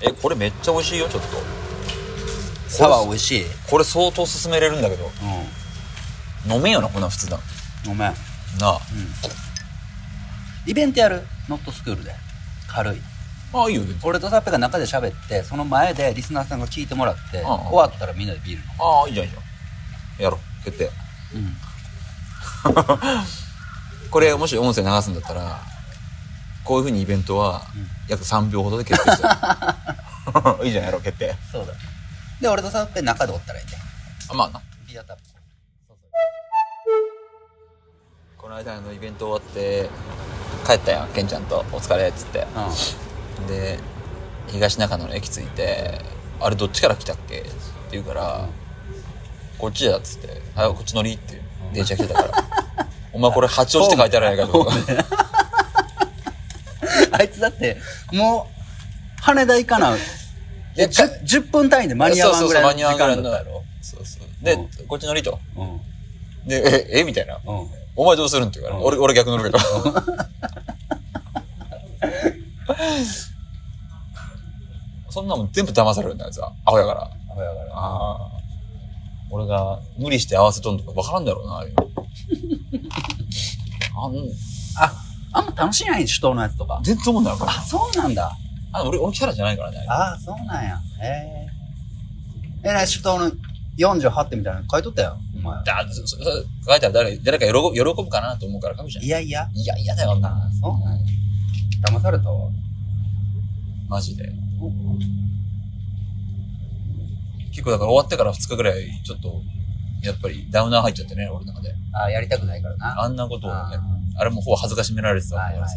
えこれめっちゃ美味しいよちょっとサワー美味しいこれ相当勧めれるんだけど飲めんよなこんなん普通だうんごめんなあ、イベントやるノットスクールで軽いああいいよ全然俺とサッペが中で喋ってその前でリスナーさんが聞いてもらって、ん終わったらみんなでビール飲ああいいじゃんいいじゃんやろう決定む、うん、これもし音声流すんだったらこういうふうにイベントは約3秒ほどで決定する いいじゃんやろう決定そうだで俺とサッペ中でおったらいいんだよあまあなビアタップそうそうこの間あのイベント終わって帰ったやんケンちゃんとお疲れっつってうんで東中野の駅着いて「あれどっちから来たっけ?」って言うから「こっちだ」っつって「あこっち乗り」って電車来てたから 「お前これ八王子って書いてあるやないか」とか あいつだってもう羽田行かないいや 10, 10分単位で間に合わんぐらいの時間だったやろそうそうでこっち乗りとうんで「ええみたいなうん「お前どうするん?」って言うから「俺俺逆乗るけど」 そんなもん全部騙されるんだよあいつはアホやからあやからああ。俺が無理して合わせとんとか分からんだろうな、あれ あん、ああんま楽しないん首都のやつとか全然思うんだよ、これあそうなんだあ、俺、俺キャラじゃないからね。ああそうなんやへええらい首都の48点みたいなの書いとったよお前だそそそ書いたら誰誰か喜ぶ喜ぶかなと思うから書くじゃん。いいやいやや、嫌だよ、あんなの。そうなんや騙されたわマジで。結構だから終わってから2日ぐらい、ちょっと、やっぱりダウナー入っちゃってね、俺の中で。ああやりたくないからなあんなことをね、ああれもほぼ恥ずかしめられてたはかいらはいさ。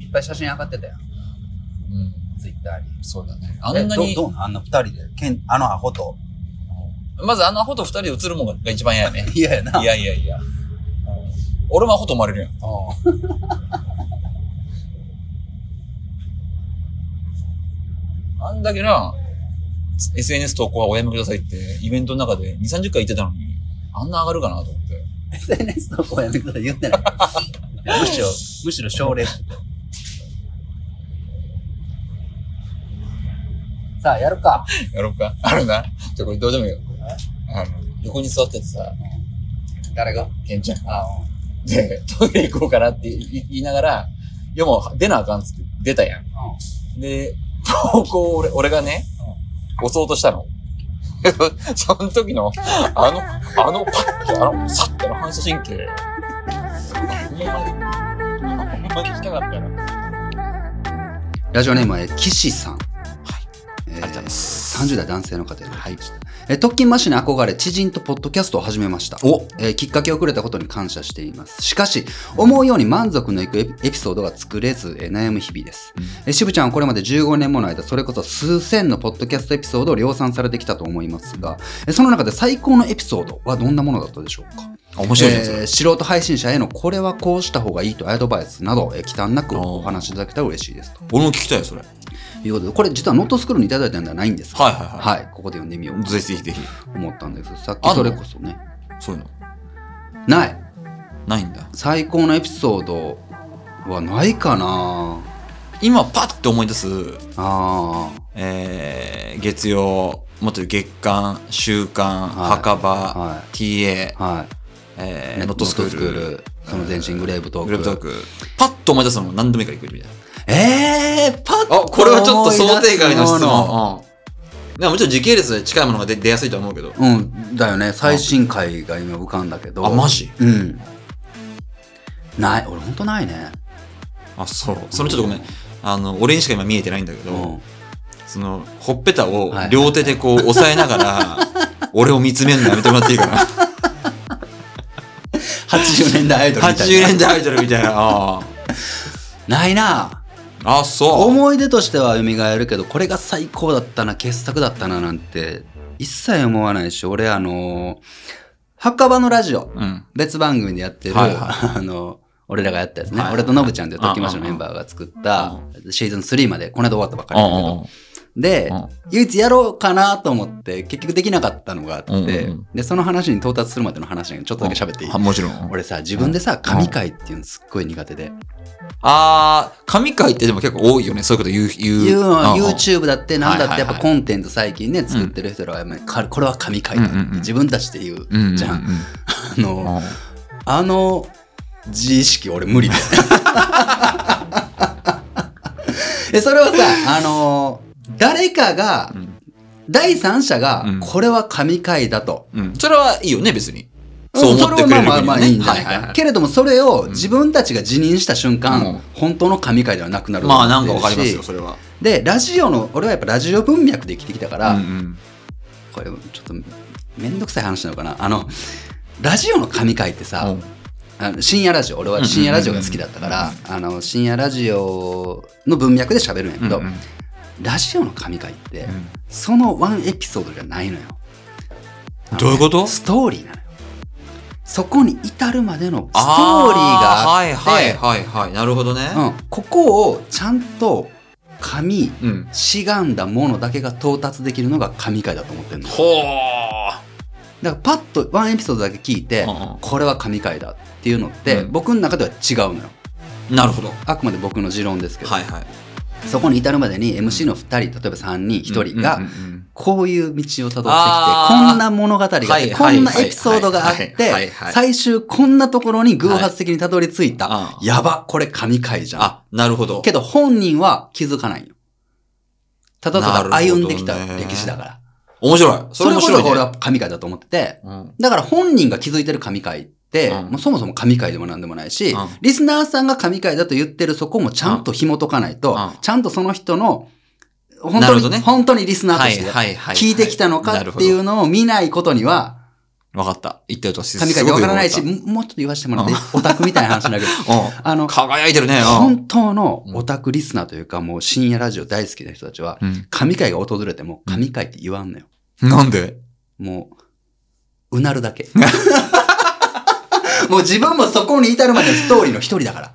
いっぱい写真上がってたようん。ツイッターにそうだね。あんなにえ、どどうなんあんな二人でけんあのアホとまずあのアホと2人で映るもんが一番嫌やね。嫌ややないやいやいや。俺もアホと思われるやん。うんあんだけな、SNS 投稿はおやめくださいって、イベントの中で2、30回言ってたのに、あんな上がるかなと思って。 SNS 投稿やめてください言ってないむしろむしろ奨励してたさあやるかやろうか。あるな。ちょ、これどうでもいいよ。あの、横に座っててさ、誰がケンちゃんあが、で、トイレ行こうかなって言いながら、いやもう出なあかんっつって出たやん。で、投稿を俺俺がね、押そうとしたの。 その時の、あの、あのパッて、あの、さっての反射神経。ほんまに、ほんまにしたかったよ。ラジオネームは岸さんえーりがとうございま30代男性の方で、はいえー特勤マッシュに憧れ知人とポッドキャストを始めましたお、えーきっかけをくれたことに感謝していますしかし思うように満足のいくエピエピソードが作れず、えー悩む日々です、えーしぶちゃんはこれまで15年もの間それこそ数千のポッドキャストエピソードを量産されてきたと思いますが、えーその中で最高のエピソードはどんなものだったでしょうか面えー素人配信者へのこれはこうした方がいいとアドバイスなど、えー忌憚なくお話しいただけたら嬉しいですと俺も聞きたいよ、それ。いうことでこれ実はノートスクールにいただいたんではないんですはいはいはい、ここで読んでみようぜひぜひぜひ。と思ったんですけどさっあきんのそれこそねそういうの。ないないんだ。最高のエピソードはないかな今、パッて思い出す、あえー、月曜、もっと言う月間、週間、はい墓場、は TA、ーはいえねー、ノットスクール、ノットスクールその前身グレーブトークグレープトーク。パッと思い出すのも何でもいいから行くみたいな。えー、パッあ、これはちょっと想定外の質思問。うん。でももちろん時系列で近いものが出出やすいとは思うけど。い出すものうんだよね最新回が今浮かんだけどあ、マジうんない俺ほんとないねあ、そう。そのちょっとごめん。あの、俺にしか今見えてないんだけど、うんその、ほっぺたをはい両手で こう押さえながら、俺を見つめるのやめてもらっていいかな。 80年代アイドルみたい80な年代アイドルみたいな。あーないなあ、そう。思い出としては蘇るけどこれが最高だったな傑作だったななんて一切思わないし俺あの墓場のラジオうん。別番組でやってる、はいあの俺らがやったやつね、はいはい俺とノブちゃんという時マッシュのメンバーが作ったシーズン3までこの間終わったばっかりだけど、うんうんうんで、うん唯一やろうかなと思って、結局できなかったのがあって、うんうんうんで、その話に到達するまでの話にちょっとだけ喋っていい、あもちろん。俺さ、自分でさ、神回っていうのすっごい苦手で。あー、神回ってでも結構多いよね。そういうこと言う、言う。いうのはうん YouTube だってなんだってはいやっはいはぱいコンテンツ最近ね、作ってる人らはやっぱりかこれは神回だってうんうんうん自分たちで言う。うんうんうんじゃん。あうの、んあの自意識俺無理だよ えそれはさ、あの、誰かが、ん第三者がうんこれは神回だと。うん。それはいいよね、別に。そう思ってれくはれまる分にはあまあねまあいいんじゃなはいかはな。はけれどもそれを自分たちが辞任した瞬うん間、本当の神回ではなくなるまあなんかわかりますよ、しそれは。でラジオの俺はやっぱラジオ文脈で生きてきたから、うんうんこれちょっとめんどくさい話なのかなあのラジオの神回ってさ、うんあの深夜ラジオ俺は深夜ラジオが好きだったから、あの深夜ラジオの文脈で喋るんやけど、うんうんラジオの神回って、そのワンエピソードじゃないのよあのねどういうことストーリーなのよそこに至るまでのストーリーがああってーはいはいはいはい。なるほどね。うん、ここをちゃんと神うん。しがんだものだけが到達できるのが神回だと思ってるのほだからパッとワンエピソードだけ聞いて、うんうんこれは神回だっていうのって、うん僕の中では違うのよー。なるほど。あくまで僕の持論ですけど、はいはい。そこに至るまでに MC の2人例えば3人1人がうんうんうんうんこういう道をたどってあきてーこんな物語があって、はいこはいんなエピソードがあはっいはいはいてはい最終こんなところに偶発的にたどり着いた、はいうんやばこれ神回じゃんあ、なるほど。けど本人は気づかないよただただ歩んできたなるほどね歴史だから、面白い。それこそね俺は神回だと思っててうんだから本人が気づいてる神回って、うんもうそもそも神回でも何でもないし、うんリスナーさんが神回だと言ってるそこもちゃんと紐解かないと、うんちゃんとその人の、本なるほ当に、どね本当にリスナーとはいしてはいはい。聞いてきたのかっていうう。のを見ないことには、わかった。言ってるとす神回でわからないすし、ごくよもうちょっと言わせてもらっていい、オタクみたいな話 になるけど、くわかっあたうのん。、輝いてるね。うん本当のオタクリスナーというか、もう深夜ラジオ大好きな人たちは、うん。神回が訪れても神回って言わんのよ。なんでもう、うなるだけ。 もう自分もそこに至るまでのストーリーの一人だから。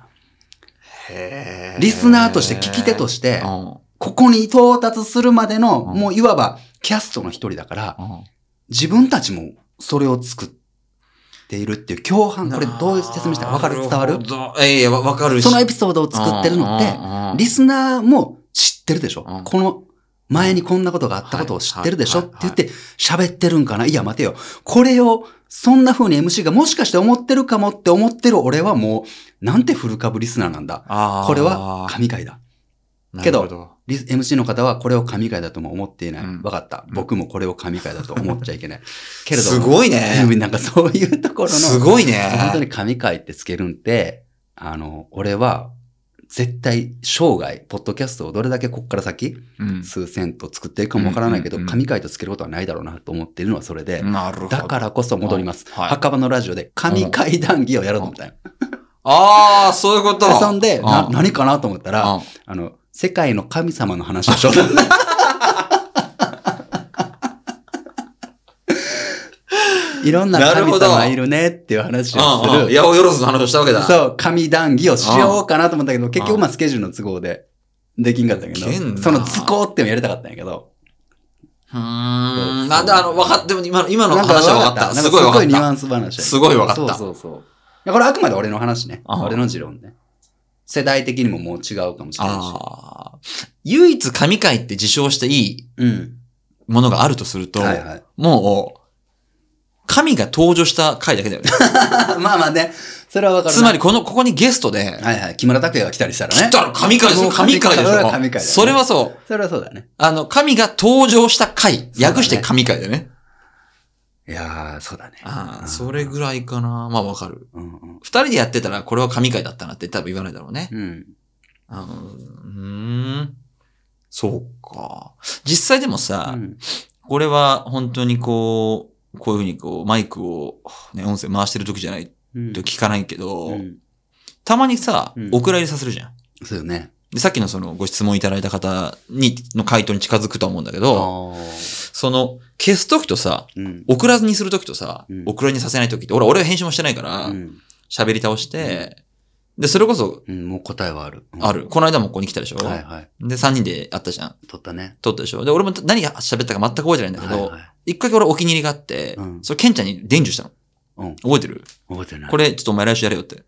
リスナーとして聞き手とししてう、んここに到達するまでの、うんもういわばキャストの一人だから、う自分たちもそれを作っているっていう共犯、ん。これどう説明したらわかる伝わるなほどええ、わわかるし。そのエピソードを作ってるのって、リススナーも知ってるでしょ、うんこの前にこんなことがあったことを知ってるでしょ、はいって言って喋ってるんかないや待てよ。これをそんな風に MC がもしかして思ってるかもって思ってる俺はもうなんて古株リスナーなんだ。これは神回だ。けど、リス MC の方はこれを神回だとも思っていない。わ、うんかった。うん僕もこれを神回だと思っちゃい けない。けれども。すごいね。 なんかそういうところの。すごいね。本当に神回ってつけるんって、あの、俺は、絶対、生涯、ポッドキャストをどれだけこっから先、う数千と作っていくかもわからないけどうんう、んうん神回とつけることはないだろうなと思っているのはそれで、ん。なるほど。だからこそ戻ります。はい墓場のラジオで神回談義をやろうと思ったよ。ああ、そういうこと。そんで、なう、何かなと思ったら、うんあの、世界の神様の話を しようと思った。 いろんな神様いるねっていう話をすうんうんる八。百万の話をしたわけだ。そう、神談義をしようかなと思ったけど、結局まあスケジュールの都合でできんかったけどできん、なその図工っていうのやりたかったんやけど、うーん。なんで、あの、わかっでも今の、今のなんか話はわかった。なんすごいわかっニュた。アンス話。すごいわかったそうそうそう。いやこれあくまで俺の話ね。うん俺の持論ね。世代的にももう違うかもしれないし。ああ。唯一神回って自称していいうん。ものがあるとすると、はいはい。 もう、神が登場した回だけだよね。まあまあね、それはわかるな。つまり、この、ここにゲストで、はいはい。木村拓哉が来たりしたらね。来たら神回ですもよ。う神神回回でしそれはょ。神回だねそれはそう。それはそうだね。あの、神が登場した回。だね訳して神回だよね。いやー、そうだね。あうあ、んそれぐらいかな。まあわかる。うんうん。二人でやってたら、これは神回だったなって多分言わないだろうね。うん。あのうーん。そうか。実際でもさ、うんこれは本当にこう、こういうふうにこう、マイクを、ね、音声回してる時じゃないうんと聞かないけど、うんたまにさうん、お蔵入りさせるじゃん。そうよね。でさっきのそのご質問いただいた方に、の回答に近づくとは思うんだけど、あーその、消す時とさ、うん。オクラにするときとさうん、オクラにさせないときって、俺、俺は編集もしてないからう、ん喋、り倒して、で、それこそ、うん、もう答えはある。うんあ。る。この間もここに来たでしょ、はいはい。で、3人で会ったじゃん。取ったね。撮ったでしょで、俺も何が喋ったか全く覚えてないんだけはいど、はい。一回だけ俺お気に入りがあって、うんそれケンちゃんに伝授したの。うん。覚えてる覚えてない。これ、れちょっとお前来週やれよって。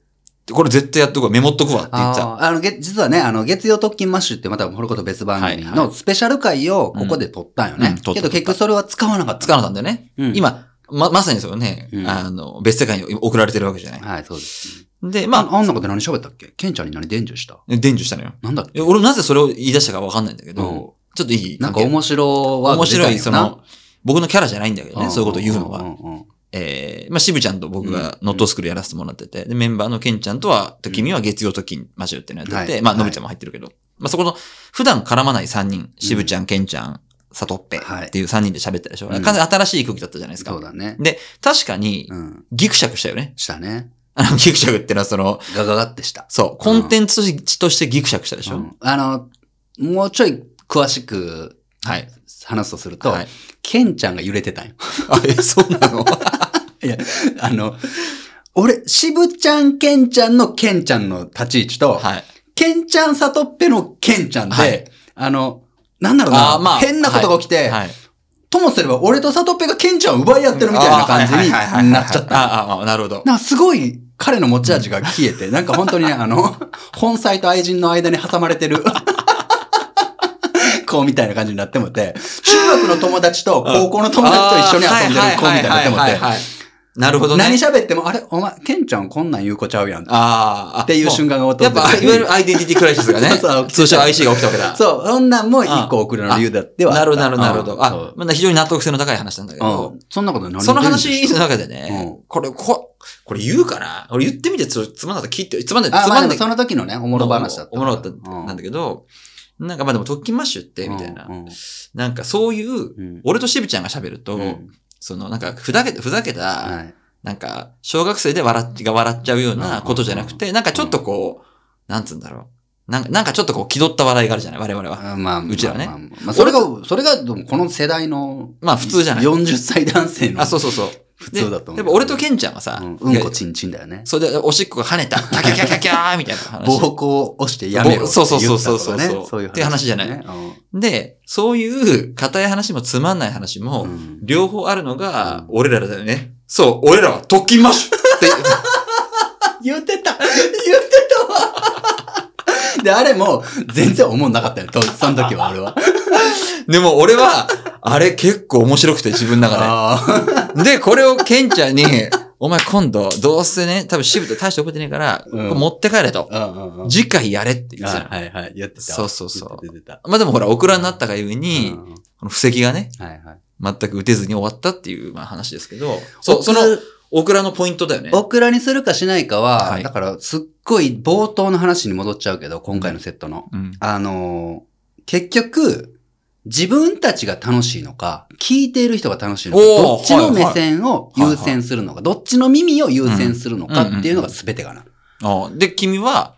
でこれ絶対やっとくわ、メモっとくわって言ってた。あーあの、げ実はね、あの、月曜特勤マッシュってまた、これこと別番組はいはのスペシャル回をここで撮ったんようんねうん。撮ったけど結局それは使わなかった。使わなかったんだよね。うん今、ま、まさにそうね、うんあの、別世界に送られてるわけじゃない。はい、そうです。で、ままあ、あんなこと何喋ったっけケンちゃんに何伝授したあ、伝授したのよ。なんだっけえ俺なぜそれを言い出したかわかんないんだけど、うんちょっといいなんか面白は面白い、その、僕のキャラじゃないんだけどね、そういうこと言うのは。は。えー、まあ、渋ちゃんと僕がうんノットスクールやらせてもらってて、で、メンバーのケンちゃんとは、と君は月曜と金マジュっていうのやってて、はいまあ、はいのぶちゃんも入ってるけど、まあ、そこの、普段絡まない3人、渋ちゃん、ケンちゃん、サトッペはいっていう3人で喋ったでしょ、う完ん全に新しい空気だったじゃないですか。そうだね。で、確かにう、ん。ギクシャクしたよね。 したね。あの、ギクシャクってのはその、ガガガってした。そう、コンテンツとしとしてギクシャクしたでしょ、うんあの、もうちょい詳しくはい。話すとするとは、い。ケンちゃんが揺れてたんよ。 あ、え、そうなのいや、あの、俺、渋ちゃん、ケンちゃんのケンちゃんの立ち位置と、 はい。ケンちゃん、サトッペのケンちゃんはでい、あの、なんだろうな、変なことが起きて、はい。ともすれば俺とサトッペがケンちゃんを奪い合ってるみたいな感じになっちゃった。ああ、ああ、なるほど。なんかすごい彼の持ち味が消えて、なんか本当にね、あの、本妻と愛人の間に挟まれてる。子みたいな感じになってもて、中学の友達と高校の友達と一緒に遊んでる子みたいになってもはいはいはいはてい、はいなるほどね。何喋っても、あれお前、ケンちゃんこんなん言う子ちゃうやん。っあああ、ていう瞬間。間が訪れてやっぱ、いわゆ るアイデンティティクライシスがねそうそう、通称 IC が起きたわけだ。そう、そんなんも一個送るの理由だってはあっなた。るほど、なるほど、なるほど。うんあ、まだ非常に納得性の高い話なんだけそうどう、ん。そんなこと何その全話然の中でうね、これ、こ、これ言うかな俺言ってみてつつまんなかったら切って、つまんない、あ、つままあんでないも。その時のね、おもろ話だった。おもろかったうんなんだけど、なんかまあでも特訓マッシュって、みたいなう。んなんかそういう、うん俺としぶちゃんが喋るうと、んそのなんかふざけた、ふざけた、はいなんか、小学生で笑っが笑っちゃうよううんうんうなんことじゃなくて、なんかちょっとこう、なんつうんだろう。なんか、なんかちょっとこう、気取った笑いがあるじゃない我々は。あまあ、うちらねまあまあまあまあそれが、それが、でもこの世代の、まあ普通じゃない。 40歳男性のあ、そうそうそう。普通だと思う。で、でも俺とケンちゃんはさ、うんうんこちんちんだよね。それでおしっこが跳ねた。キャキャキャキャキャーみたいな話。 暴行を押してやめろって言ったとかね。そうそうそうそうそうそうそういうっ話。て話じゃないで、そういう硬い話もつまんない話も、うんうん両方あるのがうん、俺らだよね。そう、俺らは特訓マッシュって。 言ってた言ってたわで、あれも、全然思んなかったよ。とその時は俺は。でも俺は、あれ結構面白くて自分の中で。あで、これをケンちゃんに、お前今度、どうせね、多分渋って大して覚えてないから、うんこれ持って帰れと。あ。うんうんうん次回やれって言ってたのあはいはい。言ってた。そうそうそう言ってた。まあでもほら、オクラになったがゆえ言に、ってたうんこの布石がね、はいはい。全く打てずに終わったっていう、まあ話ですけど、そう、その、オクラのポイントだよね。オクラにするかしないかは、はいだからすっごい冒頭の話に戻っちゃうけど、今回のセットの。うん。あのー結局、自分たちが楽しいのか、聞いている人が楽しいのか、おーどっちのはいはい目線を優先するのか、どっちの耳を優先するのかっていうのが全てかな。ああで、君は、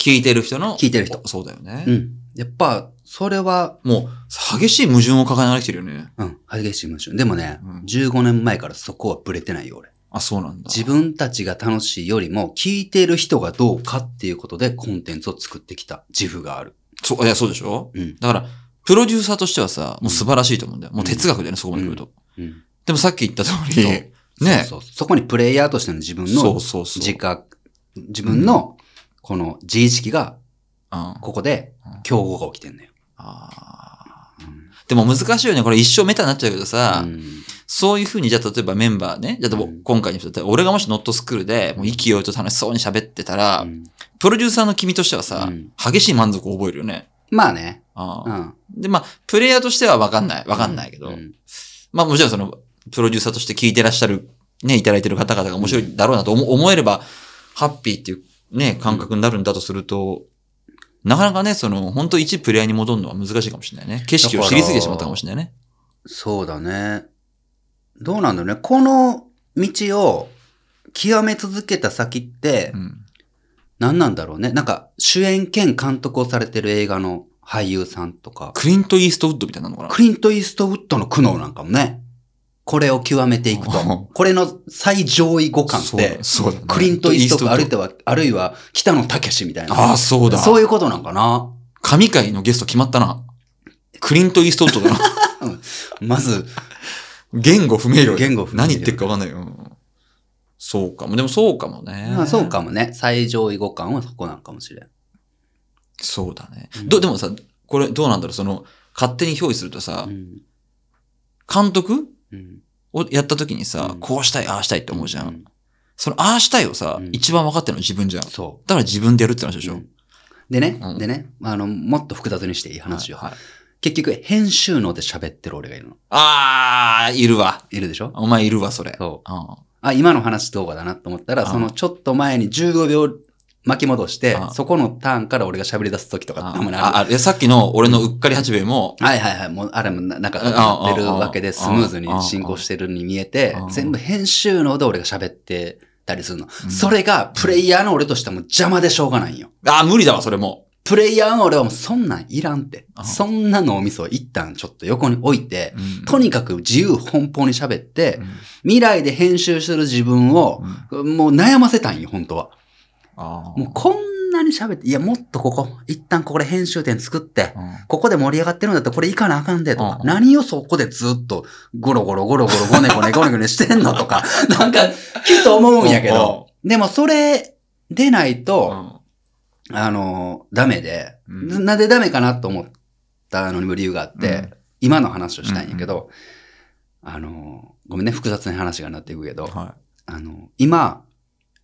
聞いてる人の、聞いてる人。そうだようね。ん。やっぱ、それは、もう、激しい矛盾を抱えながら来てるよね。うん、激しい矛盾。でもね、うん15年前からそこはブレてないよ、俺。あ、そうなんだ。自分たちが楽しいよりも、聞いている人がどうかっていうことでコンテンツを作ってきた自負がある。そう、いや、そうでしょうん。だから、プロデューサーとしてはさ、もう素晴らしいと思うんだよ。もう哲学だよね、そこまで来ると。うん。でもさっき言った通り、そうね。そうそうそこにプレイヤーとしての自分そのうそうそう。自覚、自分のこの自意識がうんあここで競合が起きてんだよ。あでも難しいよね。これ一生メタになっちゃうけどさ、うんそういうふうに、じゃあ例えばメンバーね、じゃあうん今回に例えば俺がもしノットスクールで、もう勢いと楽しそうに喋ってたら、うんプロデューサーの君としてはさ、うん激しい満足を覚えるよね。まあね。あうあん。で、まあ、プレイヤーとしてはわかんない。わかんないけど、うんまあもちろんその、プロデューサーとして聞いてらっしゃる、ね、いただいてる方々が面白いだろうなと思,、思えれば、ハッピーっていうね、感覚になるんだとすると、なかなかね、その、本当一プレイヤーに戻るのは難しいかもしれないね。景色を知りすぎてしまったかもしれないね。そうだね。どうなんだろうね。この道を極め続けた先ってうん。何なんだろうね。なんか主演兼監督をされてる映画の俳優さんとか、クリント・イーストウッドみたいなのかなクリント・イーストウッドの苦悩なんかもね。これを極めていくと。これの最上位互換って、そうだねクリント・イーストクかあるいは、あるいは北野武みたいあな。あ、そうだ。そういうことなんかな。神回のゲスト決まったな。クリント・イーストウッドだな。まず、言語不明瞭だ。言語不明瞭何言ってるかわかんないよ。うんそうかも。でもそうかもね。まあそう。かもね。最上位互換はそこなんかもしれん。そうだね。うんど、でもさ、これどうなんだろうその、勝手に憑依するとさう、ん監督うんをやった時にさ、うんこうしたい、ああしたいって思うじゃ。うんんその、ああしたいをさう、ん一番分かってるの自分じゃん。だそから自分でやるって話でしうょ。ん。でねう、んでね、あの、もっと複雑にしていい話をはい。はい結局、編集能で喋ってる俺がいるの。ああ、いるわ。いるでしょお前いるわ、それ。そう。うんあ、今の話動画だなと思ったら、あそのちょっと前に15秒巻き戻してあ、そこのターンから俺が喋り出す時とかあたまにああ、あいやさっきの俺のうっかり八兵衛も、る。はいはいはい。もう、あれもななんかやってるわけであスムーズに進行してるに見えてあ、全部編集能で俺が喋ってたりするうの。んそれがプレイヤーの俺としてはもう邪魔でしょうがないんよ。ああ、無理だわ、それも。プレイヤーの俺はもうそんなんいらんって。あそんなのお味噌を一旦ちょっと横に置いて、うんとにかく自由奔放に喋ってう、ん未来で編集する自分を、もう悩ませたんよ、本当は。あーもうこんなに喋って、いや、もっとここ、一旦ここで編集点作って、うんここで盛り上がってるんだったらこれいかなあかんでとか、うんうん何をそこでずっとゴロゴロゴロゴロゴネゴネゴネゴネしてんのとか、なんか、きっと思うんやけど、でもそれでないと、あの、ダメで、うんなぜダメかなと思ったのにも理由があって、うん今の話をしたいんやけど、あの、ごめんね、複雑な話がなっていくけど、はあの、今、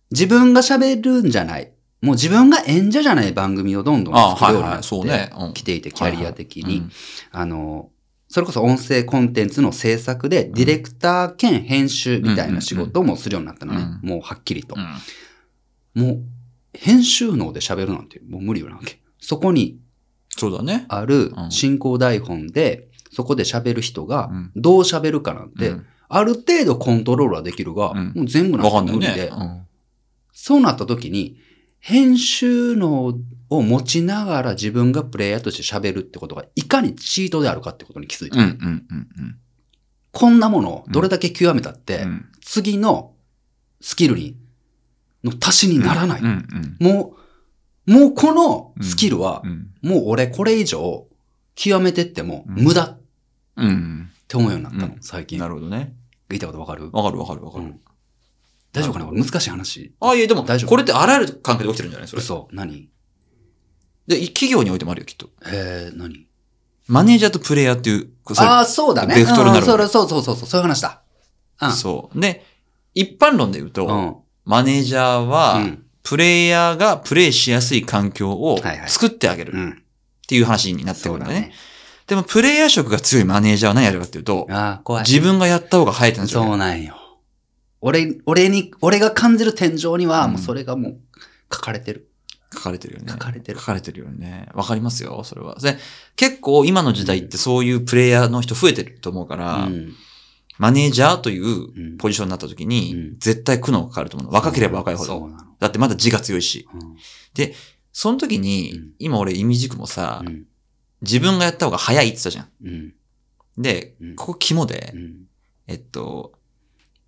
自分が喋るんじゃない。もう自分が演者じゃない番組をどんどんあ作るようはいになはっいそうねうてんきていて、キャリア的い。に、あの、それこそ音声コンテンツの制作で、ディレクター兼編集みたいな仕事もするようになったのね。うもうはっきりとう。んもう、編集能で喋るなんてもう無理よなわけ。そこにそうだね。あるうん進行台本で、そこで喋る人がうん、どう喋るかなんて、うんある程度コントロールはできるが、うんもう全部なわかんんてない無理ねで、。そうなった時に、編集能を持ちながら自分がプレイヤーとして喋るってことがいかにチートであるかってことに気づいた。うんうんうんうんうんこんなものをどれだけ極めたって、うん。次のスキルに、の足しにならない。うんうんもう、もうこのスキルはう、んもう俺これ以上極めてってもうん無駄っうん。て思うようになったの、うん最近。なるほどね。言いたいことわかるわかるわかるわかうるん。大丈夫かなこれ難しい話。ああ、いや、でも、大丈夫これってあらゆる関係で起きてるんじゃないそれ。嘘。何で、企業においてもあるよ、きっと。えー、何マネージャーとプレイヤーっていう、こうそれああ、そうだね。ベクトルになるうんそれそうそうそうそう、そういう話だ。うん。そう。で、一般論で言ううと、ん。マネージャーはう、んプレイヤーがプレイしやすい環境をはいはい作ってあげるうっん。ていう話になってくそるうんだだね。ね。でも、プレイヤー色が強いマネージャーは何やるかっていうと、ああ、怖い。自分がやった方が生えてるんですそよ。うなんよ。俺、俺に、俺が感じる天井には、うんもうそれがもう書かれてる。書かれてるよね。書かれてる書かれてるよね。わかりますよ、それは。で、結構今の時代ってそういうプレイヤーの人増えてると思うかうら、ん。マネージャーといううんポジションになった時に、うん絶対苦悩がかかると思うの。若ければ若いほそうど。なの。だってまだ字が強いし。うんその時に、うん今俺、イミジクもさ、うん。自分がやった方が早いって言ってたじゃん。うん。でうん、ここ肝で、うん。えっと、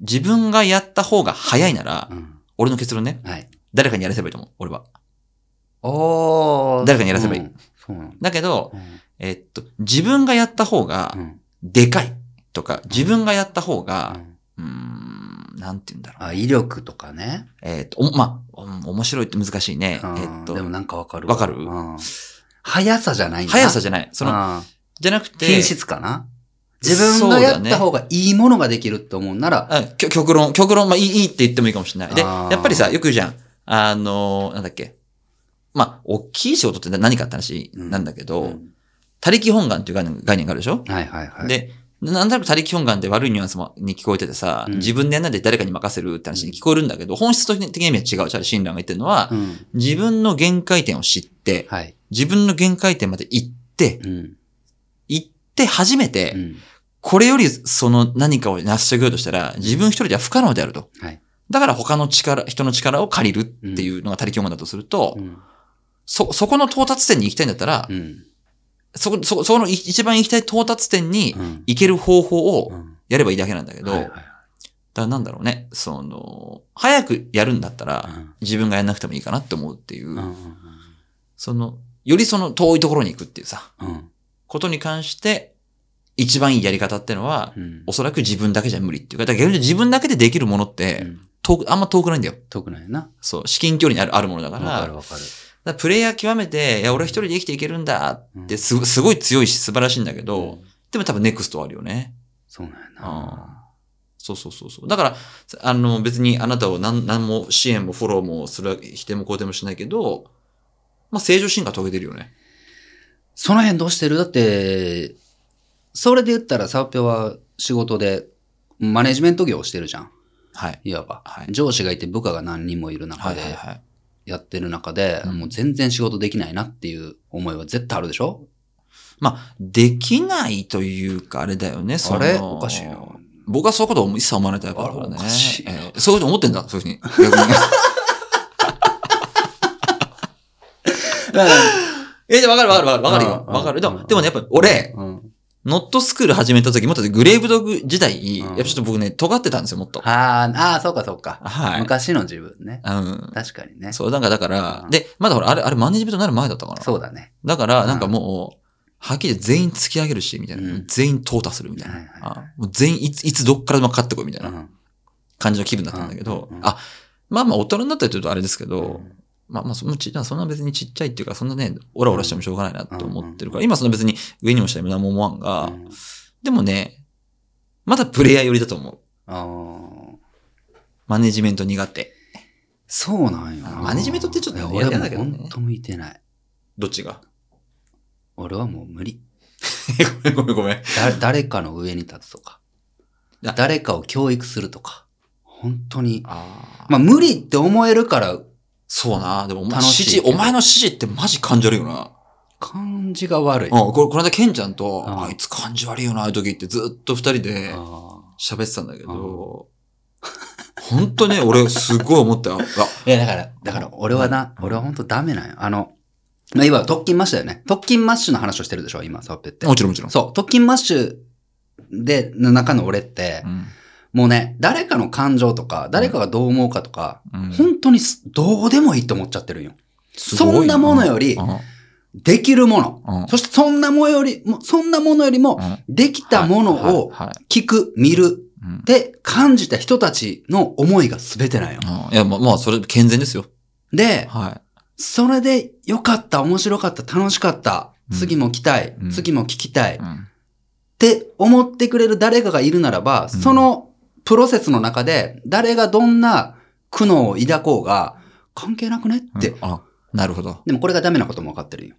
自分がやった方が早いなら、うん俺の結論ね、はい。誰かにやらせばいいと思う、俺は。おー。誰かにやらせばいいうんそうなの。だけど、うんえっと、自分がやった方がう、ん。でかいとか、自分がやった方うが、うんーん、なんて言うんだろう。あ、威力とかね。えっと、おまあ、うん面白いって難しいね。うんえっでもと、なんかわかる。わかるうん速さじゃないんだな速さじゃない。その、うんじゃなくて、品質かな自分がやった方がいいものができると思うなら、あきょ極論、極論、まあいい、いいって言ってもいいかもしれない。で、あやーっぱりさ、よく言うじゃん。あの、なんだっけ。まあ、大きい仕事って何かって話なんだけど、うん他力本願っていう概念概念があるでしょ、はいはいはい。、で、なんとなく他力本願って悪いニュアンスも に聞こえててさ、うん自分でやんないで誰かに任せるって話に聞こえるんだけど、本質的な意味は違う。じゃあ、親鸞が言ってるのは、うん、自分の限界点を知って、はい。自分の限界点まで行って、うん。行って初めて、うんこれよりその何かを成し遂げようとしたら、自分一人では不可能であると。はいだから他の力、人の力を借りるっていうのが他力本願だとすると、うん。そ、そこの到達点に行きたいんだったら、うん。そこ、そこ、そこのい一番行きたい到達点にうん行ける方法をうんやればいいだけなんだけど、はいだからなんだろうね、その、早くやるんだったら、自分がやんなくてもいいかなって思うっていう、うんうんその、よりその遠いところに行くっていうさ、うんことに関して、一番いいやり方ってのは、うんおそらく自分だけじゃ無理っていうか、だから逆に自分だけでできるものっうて、ん遠く、あんま遠くないんだよ。遠くないな。そう、至近距離にある、あるものだかわら、かるわかる。だからプレイヤー極めて、いや、俺は一人で生きていけるんだうんってす、すごい強いし素晴らしいんだけど、うんでも多分ネクストはあるよね。そうなんやな。そうそうそうそう。だから、あの、別にあなたを何何も支援もフォローもする、否定も肯定もしないけど、まあ、正常進化遂げてるよね。その辺どうしてるだって、それで言ったらサーペは仕事でマネジメント業をしてるじゃん。はい。いわば。はい上司がいて部下が何人もいる中はいではいはい。やってる中で、うんもう全然仕事できないなっていう思いは絶対あるでしょまあ、できないというか、あれだよね、そのあれおかしいな。僕はそういうことを一切思わないタイプだからね。あらおかしいなええそういうこと思ってんだ、そういうふうに。逆に え、で、わかるわかるわかるわかるよ。うんわかる。でうも、んでもね、やっぱり俺、うん。ノットスクール始めた時、もっとグレーブドッグ時代、うやんっぱちょっと僕ね、尖ってたんですよ、もっと。あーあー、そうかそうか。はい。昔の自分ね。うん。確かにね。そそう、なんかだから、うんで、まだほら、あれ、あれマネジメントになる前だったかな。うだね。だから、なんかもう、はっきり全員突き上げるし、みたいな。うん全員淘汰するみたいな。はいはいはいあもう全員いつ、いつどっからでも勝ってこいみたいうなん感じの気分だったんだけど、うんうんあ、まあまあ大人になったりというとあれですけど、うんまあまあそのち、そんな別にちっちゃいっていうか、そんなね、オラオラしてもしょうがないなと思ってるから、うん今その別に上にも下にも何も思わんが、うんでもね、まだプレイヤー寄りだと思う。あーマネジメント苦手。そうなんよな。マネジメントってちょっといねやや俺りたいんだもけどね本当向いてない。どっちが 俺はもう無理。ごめんごめんごめん。だ誰かの上に立つとかあ、誰かを教育するとか、本当に。あまあ無理って思えるからそうな。でもお前、楽しい指示、けどお前の指示ってマジ感じ悪いよな。感じが悪い。うん、これ、この間、ケンちゃんと、うんあいつ感じ悪いよな、ああいう時ってずっと二人であ喋ってたんだけど、本当ね、俺、すごい思 ったよ。あーいやだから、だから俺はな、俺は本当ダメなんよ。あの、まあ、今、特勤マッシュだよね。特勤マッシュの話をしてるでしょ、今、サッペって。もちろんもちろん。そう、特勤マッシュで、の中の俺って、うん。もうね、誰かの感情とか、誰かがどう思うかとか、うん。本当にすどうでもいいと思っちゃってるんよ。すごいそんなものよりうんできるもの。うんそしてそんなものよりも、そんなものよりも、うんできたものをはいはいはい聞く、見る、うんで、感じた人たちの思いが全てなんよ。うんいや、まあ、まあ、それ、健全ですよ。で、はそれで良かった、面白かった、楽しかった、うん次も来たい、うん次も聞きたい、い。っん。て思ってくれる誰かがいるならば、うんそのプロセスの中で、誰がどんな苦悩を抱こうが、関係なくねって。うんあ、なるほど。でもこれがダメなことも分かってるよ。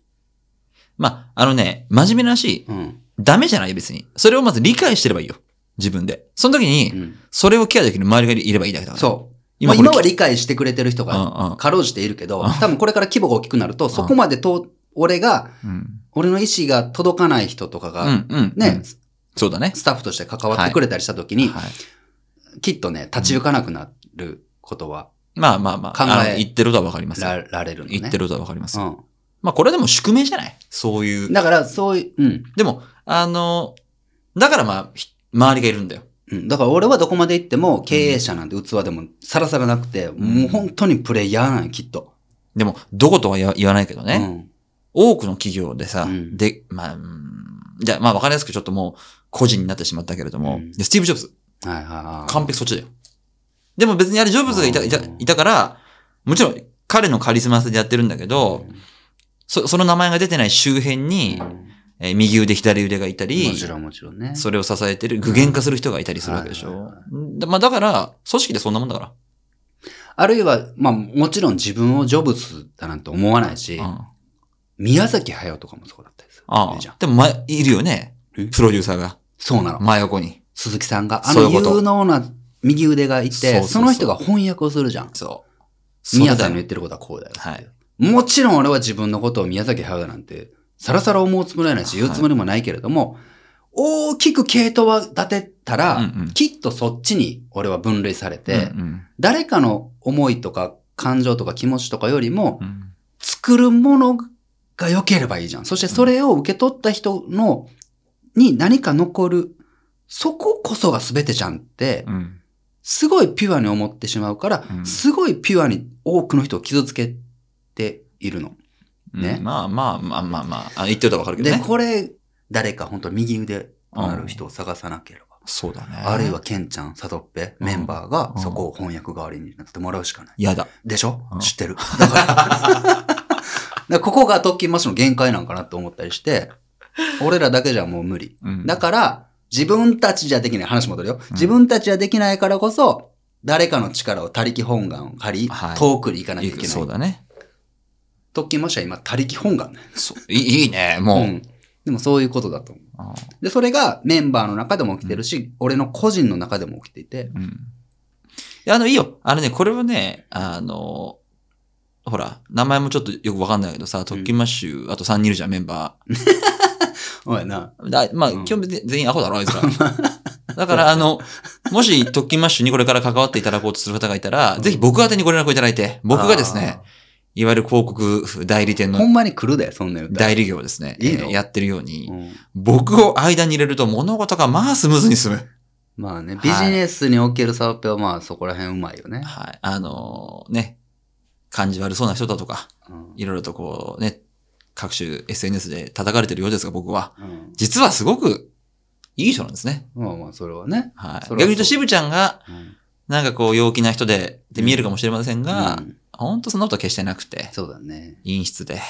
まあ、あのね、真面目なし、うん。ダメじゃないよ、別に。それをまず理解してればいいよ。自分で。その時うに、ん、それをケアできる周りがいればいいだけだから。そう。今今今はこれ理解してくれてる人がうんうんかろうじているけどうん、多分これから規模が大きくなると、そこまでと、俺が、うん。俺の意思が届かない人とかうが、ん、うん。ね、そうだね。スタッフとして関わってくれたりした時に、はいきっとね、立ち行かなくなることは、まあまあまあ、考えあの言ってることはわかりますよ。らられるのね。言ってることはわかりますよ。うまあこれでも宿命じゃないそういん。う。だから、そういう、うんでも、あの、だからまあ、ひ周りがいるんだよ。うん。だから俺はどこまで行っても、経営者なんて器でもさらさらなくて、んもう本当にプレイヤーなんよ、きっと。でも、どことは言わ言わないけどね。うん多くの企業でさ、うんで、まあ、うんじゃあまあわかりやすくちょっともう、個人になってしまったけれども、うんでスティーブ・ジョブズ、はいはいはい。完璧そっちだよ。でも別にあれ、ジョブズがいた、いたうん、いたから、もちろん彼のカリスマ性でやってるんだけど、そその名前が出てない周辺に、うんえー右腕、左腕がいたり、もちろんもちろんね。それを支えてる、具現化する人がいたりするわけでしはいはいょは。だまあだから、組織でそんなもんだかあるいは、まあもちろん自分をジョブズだなんて思わないしら。う、ん。あ宮崎駿とかもそうだったりする。あじゃん。でも、ま、いるよねえ。プロデューサーが。そうなの。真横に。鈴木さんが、あそういのうこと有能な右腕がいそうて、そうそうその人が翻訳をするじゃん。そう。宮崎そのれだ言っよてることはこうだよ。はい。もちろん俺は自分のことを宮崎駿だなんて、さらさら思うつもりはないし、はい言うつもりもないけれども、大きく系統は立てたら、うんうんきっとそっちに俺は分類されて、うんうん誰かの思いとか感情とか気持ちとかよりも、うん作るものが良ければいいじゃん。そしてそれを受け取った人の、に何か残るそここそが全てじゃんって、うん。すごいピュアに思ってしまうから、うんすごいピュアに多くの人を傷つけているの。ねね。まあまあまあまあまあ、あ言ってることはわかるけどで、ね。これ、誰か本当右腕のある人を探さなければ。そうだね。あるいは、ケンちゃん、サトッペ、メンバーがうんそこを翻訳代わりになってもらうしかない。嫌だ。でしょ、うん知ってる。だから、だからここが特訓マッシュの限界なんかなと思ったりして、俺らだけじゃもう無理。うんだから、自分たちじゃできない。話戻るよ。ん自分たちじゃできないからこそ、誰かの力を他力本願を借り、はい遠くに行かなきゃいけない。そうだね。特訓マッシュは今、他力本願ね。そういいいいね、もう。うん。でもそういうことだと思う。で、それがメンバーの中でも起きてるし、俺の個人の中でも起きていて、うん。いや、あの、いいよ。あのね、これはね、あの、ほら、名前もちょっとよくわかんないけどさ、特訓マッシュ、あと3人いるじゃん、メンバおいな、ー。だまあ、うん基本別に全員アホだろ、あいつ ら。だから、あの、もし、特訓マッシュにこれから関わっていただこうとする方がいたら、ぜひ僕宛てにご連絡をいただいて、僕がですね、いわゆる広告代理店あー。ほのんまに来るで、そんな言うたら代理業をですね、いいのえーやってるように、うん僕を間に入れると物事がまあスムーズに進む。まあね、いビジネスにおけるサーペはまあそこら辺うまいよね。はい。あのーね、感じ悪そうな人だとか、うんいろいろとこうね、各種 SNS で叩かれてるようですが、僕は。うん実はすごくいい人なんですね。まあまあ、それはね。はい。逆それはそうに言うと、渋ちゃんが、うんなんかこう、陽気な人で、って見えるかもしれませんが、うんほんとそんなことは決してなくて、そうだね。陰湿で、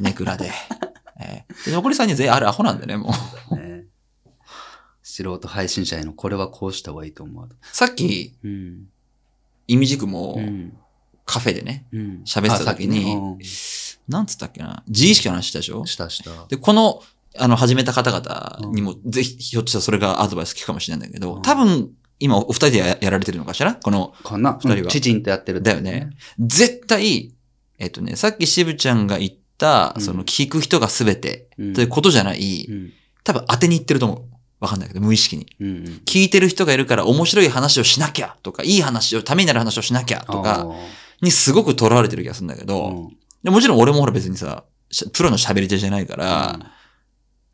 ネクラで、 えーで残り3人全員あれアホなんでね、もう。ね素人配信者へのこれはこうした方がいいと思う。さっき、うん。イミジクもう、ん。カフェでね、うん喋ってた時にあなんつったっけな、自意識の話したでしょ先ねうんしたした。で、この、あの、始めた方々にも、ぜひ、ひょっとしたらそれがアドバイス聞くかもしれないんだけど、うん多分、今、お二人でややられてるのかしらこの、かな二人はうんチチンとやってるってだよね。絶対、えっとね、さっき渋ちゃんが言った、うんその、聞く人が全て、うんということじゃない、うん。多分当てに行ってると思う。わかんないけど、無意識に。うんうん。聞いてる人がいるから面白い話をしなきゃとか、いい話を、ためになる話をしなきゃとあか、にすごく囚われてる気がするんだけー、ど、うんでもちろん俺もほら別にさ、しプロの喋り手じゃないから、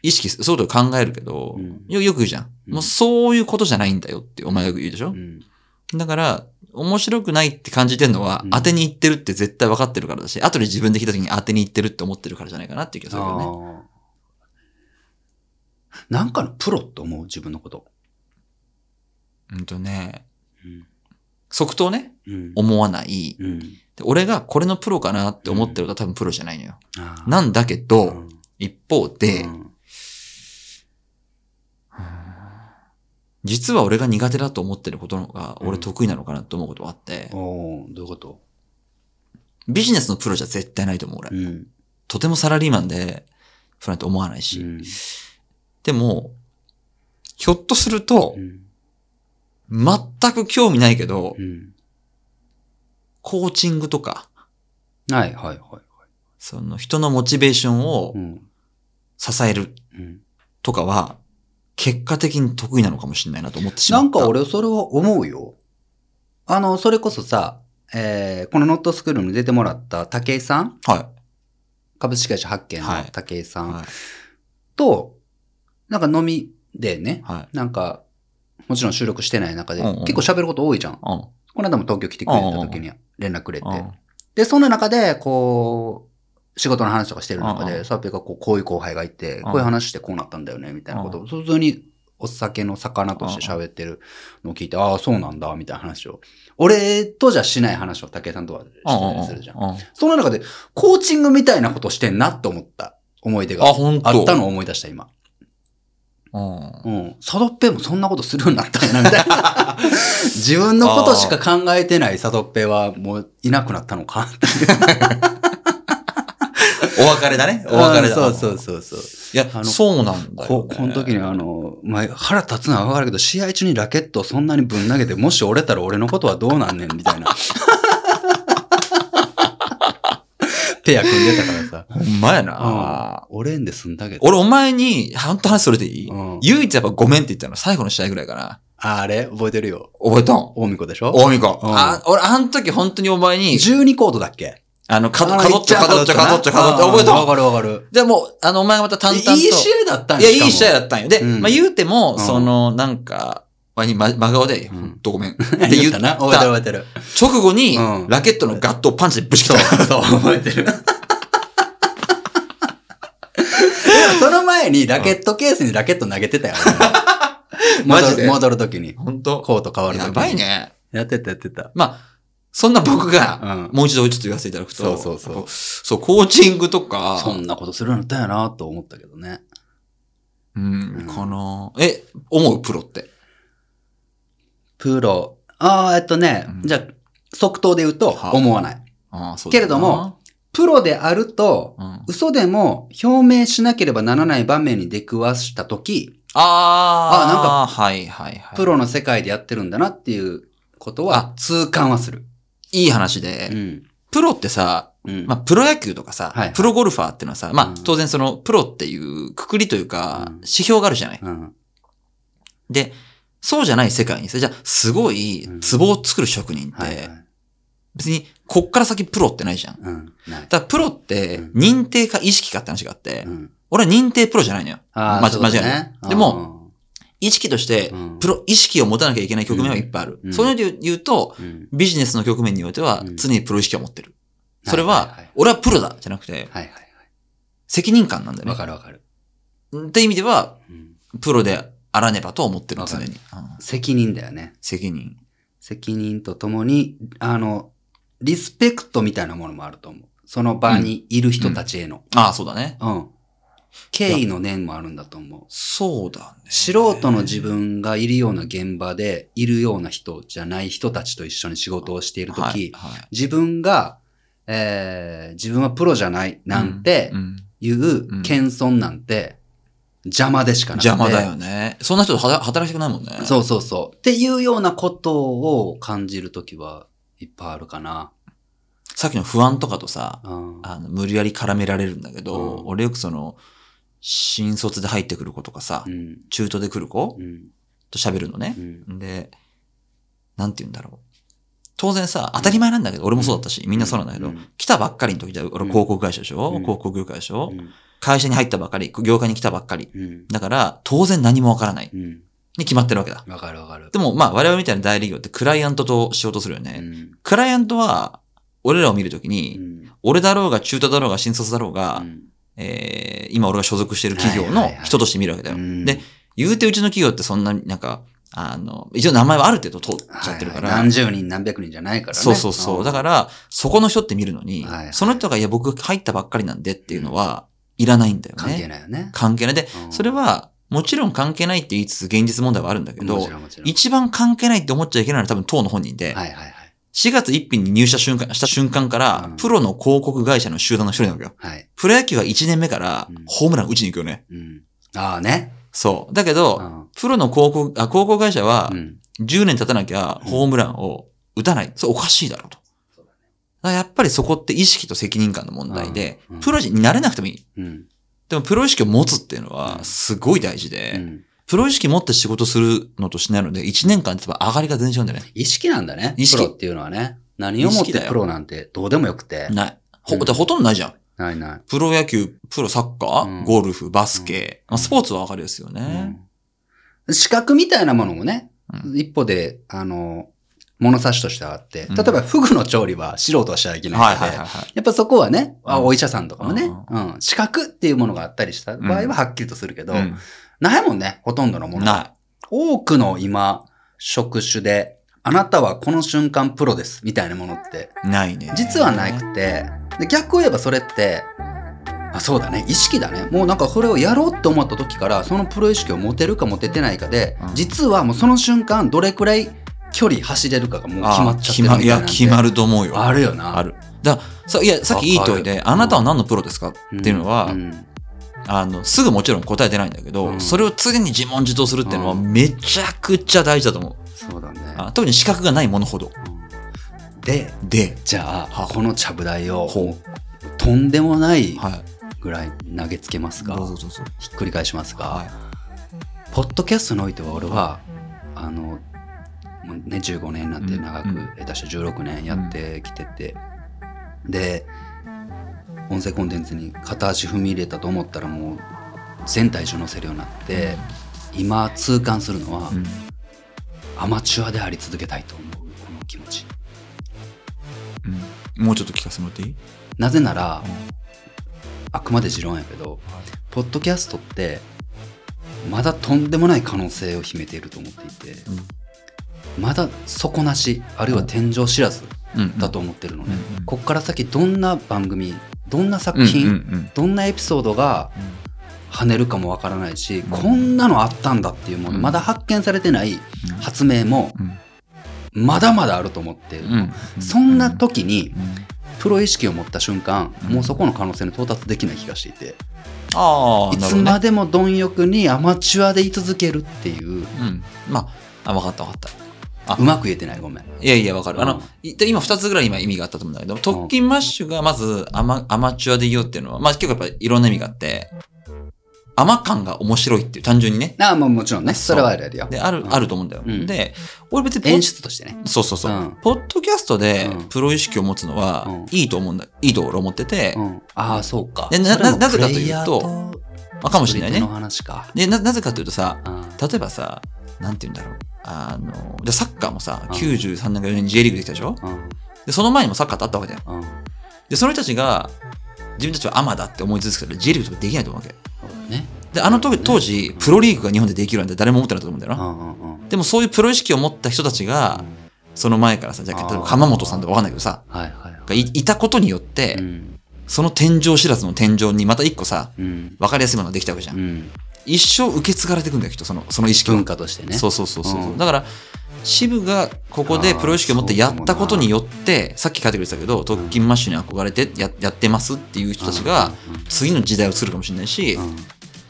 意識す、そういうことを考えるけど、うんよよく言うじゃん。うんもうそういうことじゃないんだよってお前がよく言うでしょ、うんだから、面白くないって感じてんのは、うん当てにいってるって絶対分かってるからだし、後で自分で聞いた時に当てにいってるって思ってるからじゃないかなっていう気がするけどね。あーなんかのプロって思う自分のこと。うんとね、うん即答ね、うん思わない。うん。で俺がこれのプロかなって思ってると多分プロじゃないのよ。あーなんだけうど、ん一方で、うん実は俺が苦手だと思ってることの方が、う俺ん得意なのかなと思うことがあって、おーどういうことビジネスのプロじゃ絶対ないと思う、俺。うん。とてもサラリーマンで、プロなんて思わないし。うんでも、ひょっとするとう、ん全く興味ないけど、うんコーチングとか、はいはいはその人のモチベーションをい。うん。支えるうんとかは、結果的に得意なのかもしれないなと思ってしまなった。んか俺それは思うよ。あの、それこそさ、えーこのノットスクールに出てもらった武井さんは株式会社発見のはい武井さい。んはい。と、なんか飲みでね、はい。なんか、もちろん収録してない中で、うんうん結構喋ること多いじゃん。うん。この間も東京来てくれた時に連絡くれて。うんで、そんな中で、こう、仕事の話とかしてるう中んうで、んサーペがこう、こういう後輩がいて、んこういう話してこうなったんだよね、みたいなことを、普通にお酒の魚として喋ってるのを聞いて、ああ、そうなんだ、みたいな話を。俺とじゃしない話を武井さんとはしてうんたりするじゃん。うんうんその中で、コーチングみたいなことしてんなって思った思い出あ、が本当あったのを思い出した、今。うん。うん。サドッペもそんなことするようになったんやな、みたいな。 自分のことしか考えてないサドッペはもういなくなったのかってお別れだね。お別れだ。うんそうそうそうそう。いやあ、のそうなんだよ、こね。この時にあの、まあ、腹立つのはわかるけど、試合中にラケットをそんなにぶん投げて、もし折れたら俺のことはどうなんねん、みたい な。ペア組んでたからほんまやさな。。うん。折れんで済んだけど。俺、お前に、ほんと話それでいい、うん唯一やっぱごめんって言ったの、最後の試合ぐらいかな。あれ覚えてるよ。覚えたん大見子でしょ大見子。うんあ、俺、あの時本当にお前に、 ?12 コードだっけあの、かど、あーかどっちゃかどっちゃかどっちゃかどっちゃ覚えわたかるわかる。で、もう、あの、お前がまた淡々と。いい試合だったんいや、いい試合だったんよ。で、うんまあ言うても、んその、なんか、まあ、今真顔で、んほんとごめん。ってって 言言っったたな。な。覚えてる覚えてる。直後にうん、ラケットのガットをパンチでぶち切そう、った。そう、覚えて る。でもその前にラケットケースにラケット投げてたよ。 マジで戻るときに。ほんとコート変わるときやに。ばい。ね。やってたやってた。まあ、そんな僕が、うん。もう一度ちょっと言わせていただくと、そうそうそうやっぱそう、コーチングとか、そんなことするようになったんやなと思ったけどね。うん、かなえ、思うプロって。プロ。ああ、えっとね、うんじゃあ、即答で言うとは、い思わない。ああそうけだれよなども、プロであると、うん、あ嘘でも表明しなければならない場面に出くわしたとき、ああなんかはいはいはい。プロの世界でやってるんだなっていうことは痛感はする。いい話で、うん。プロってさ、うん。まあ、プロ野球とかさ、はいはいプロゴルファーってのはさ、まうんあ、当然その、プロっていうくくりというか、うん指標があるじゃない。うん。で、そうじゃない世界にさ、じゃあ、すごいうん、壺を作る職人っはい、はて、い。別に、こっから先プロってないじゃん。うん。ない。だから、プロってうん、認定か意識かって話があって、うん。俺は認定プロじゃないのよ。あまあ、じそうだね間違いないでも、意識として、うんプロ、意識を持たなきゃいけない局面はいっぱいある。うんそういうので言うと、うん。ビジネスの局面においてはうん、常にプロ意識を持ってる。それは、はい俺はプロだじゃなくて、はいはいはい責任感なんだよわね。かるわかる。って意味では、うんプロであらねばと思ってる、わか常るに。うん責任だよね。責任。責任とともに、あの、リスペクトみたいなものもあると思う。その場にいる人たちへの。ああ、そうだね。うん。敬意の念もあるんだと思う。そうだね。素人の自分がいるような現場でいるような人じゃない人たちと一緒に仕事をしているとき、はいはい自分が、えー自分はプロじゃないなんてうんいう謙遜なんて邪魔でしかなくて。邪魔だよね。そんな人とは働きたくないもんね。そうそうそう。っていうようなことを感じるときはいっぱいあるかな。さっきの不安とかとさ、うんあの無理やり絡められるんだけど、うん俺よくその、新卒で入ってくる子とかさ、うん。中途で来る子うん。と喋るのねう。ん。で、なんて言うんだろう。当然さ、当たり前なんだけど、俺もそうだったし、みんなそうなんだけど、うん来たばっかりの時じゃ、俺広告会社でしょ、うん広告業界でしょ、うん会社に入ったばかり、業界に来たばっかり。うん。だから、当然何もわからない。うん。に決まってるわけだ。わかるわかる。でも、まあ、我々みたいな大企業ってクライアントと仕事するよね。うんクライアントは、俺らを見るときに、うん俺だろうが中途だろうが新卒だろうが、うんえー、今俺が所属している企業はのいはいはい人として見るわけだよ。うんで、言うてうちの企業ってそんな、なんか、あの、一応名前はある程度通っちゃってるから。はいはい何十人何百人じゃないからね。そうそうそう。だから、そこの人って見るのに、はいはいその人が、いや、僕入ったばっかりなんでっていうのは、いらないんだよね。関係ないよね。関係ない。で、うんそれは、もちろん関係ないって言いつつ現実問題はあるんだけもどち、ろんもちろん。一番関係ないって思っちゃいけないのは多分党の本人で、はいはいはい。 4月1日に入社瞬間した瞬間から、うんプロの広告会社の集団の一人なわけよ。はい。プロ野球は1年目からうんホームラン打ちに行くよね。うん。ああね。そう。だけうど、んプロの広告、あ広告会社はうん。 10年経たなきゃうんホームランを打たない。それおかしいだろうと。そうだだねからやっぱりそこって意識と責任感の問題でうんうん、プロになれなくてもいい。うん。でもプロ意識を持つっていうのうはんすごい大事で、うんプロ意識持って仕事するのとしないので、1年間ってやっぱ上がりが全然違うんだよね。意識なんだね。意識プロっていうのはね。何をもっ意識だてよプロなんてどうでもよくて。ない。ほ、うんだからほとんどないじゃん。ないない。プロ野球、プロサッカー、うんゴルフ、バスケ、まあ、スポーツは上がりですよね。うん資格みたいなものもね、う一歩で、あの、物差しとしてはあって、うん例えばフグの調理は素人はしちゃいけないのはいで、はいはいはい。やっぱそこはね、あうんお医者さんとかもね、ううん、資格っていうものがあったりした場合ははっきりとするけど、うないもんね、ほとんどのもん、の。な多くの今、職種で、あなたはこの瞬間プロです、みたいなものって、い。ないね。実はなくて、で逆を言えばそれって、あそうだね、意識だね。もうなんかそれをやろうって思った時から、そのプロ意識を持てるか持ててないかで、うん実はもうその瞬間、どれくらい距離走れるかがもう決まっちゃってあるあ決まみたいいなんや、て決まると思うよ。あるよな。ある。ださいや、さっきいい問いわで、かるあなたは何のプロですかうんっていうのは、んあの、すぐもちろん答えてないんだけど、うんそれを常に自問自答するっていうのは、うんめちゃくちゃ大事だと思う。そうだね。あ特に資格がないものほど。で、で、じゃあ、はこのちゃぶ台をほ、とんでもないはい。ぐらい投げつけますが、どうぞどうぞ。ひっくり返しますが、はポッドキャストにおいては俺はあのもうね15年なんて長く、うんうん下手して16年やってきてて、で音声コンテンツに片足踏み入れたと思ったらもう全体重乗せるようになって今痛感するのは、うんアマチュアであり続けたいと思うこの気持ちうんもうちょっと聞かせてもらっていいなぜなら、うんあくまで持論やけど、はいポッドキャストってまだとんでもない可能性を秘めていると思っていて、まだ底なしあるいは天井知らずうんだと思ってるのね、うんこっから先どんな番組どんな作う品、んうんどんなエピソードがうん跳ねるかもわからないし、こんなのあったんだっていうもの、うんまだ発見されてないうん発明もうんまだまだあると思ってる、うんうそんな時にうんプロ意識を持った瞬間、うんもうそこの可能性に到達できない気がしていて、ああいなつるほどまねでも貪欲にアマチュアで居続けるっていううんまああ分かった分かったうまく言えてないごめんいやいや、わかる。あうんの、い今二つぐらい今意味があったと思うんだけど、特勤マッシュがまずアマアマチュアで言おうっていうのは、まあ結構やっぱいろんな意味があって、アマ感が面白いっていう、単純にね。ああもうもちろんねそれはあるよで、ある、うんあると思うんだよ。うんで、俺別にポッ演出としてねそうそうそう、うんポッドキャストでうんプロ意識を持つのはうん、いいと思うんだ、いいと俺思ってて、うん、ああそうかでなそれもななぜかというとプレイヤーまあかもしれない作ねり手の。話かで、な、なぜかというとさ、うん例えばさ、なんて言うんだろう。あの、じゃあサッカーもさ、うん93年か4年に J リーグできたでしょうんで、その前にもサッカーってあったわけじゃん。うんで、その人たちが、自分たちはアマだって思い続けたら、J リーグとかできないと思うわけ。そうだねで、あの時当時、プロリーグが日本でできるなんて誰も思ってなかったと思うんだような。んうんうんでもそういうプロ意識を持った人たちが、その前からさ、じゃああ、ー例えば鎌本さんとかわかんないけどさ、はいはいはがいいたことによっいて、うんその天井知らずの天井にまた一個さ、うんわかりやすいものができたわけじゃ。うんん一生受け継がれていくんだよ、きっと、その、その意識は文化としてねそうそうそうそう。うんだから、渋がここでプロ意識を持ってやったことによって、さっき書いてくれてたけど、特勤マッシュに憧れてややってますっていう人たちが、次の時代を作るかもしれないし、うんうん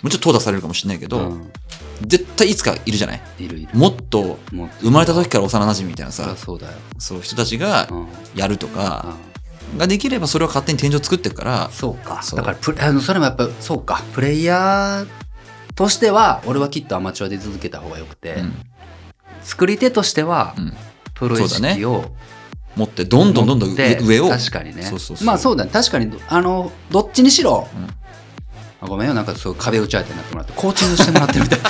もちろん淘汰されるかもしれないけど、うん絶対いつかいるじゃないいるいるもっともう生まれた時から幼馴染みたいなそりさ、ゃそうだよそう人たちがうんうんやるとか、ができればそれは勝手に天井作ってるから、そうかそうだからプレあのそれもやっぱそうかプレイヤーとしては俺はきっとアマチュアで続けた方がよくて、うん作り手としてはうんプロ意そうだね識を持ってどんどんどんどん持っ上て上を。確かにねそうそうそうまあそうだね確かにあのどっちにしろうん、あごめんよなんかそう壁打ち相手になってもらってコーチングしてもらってるみたい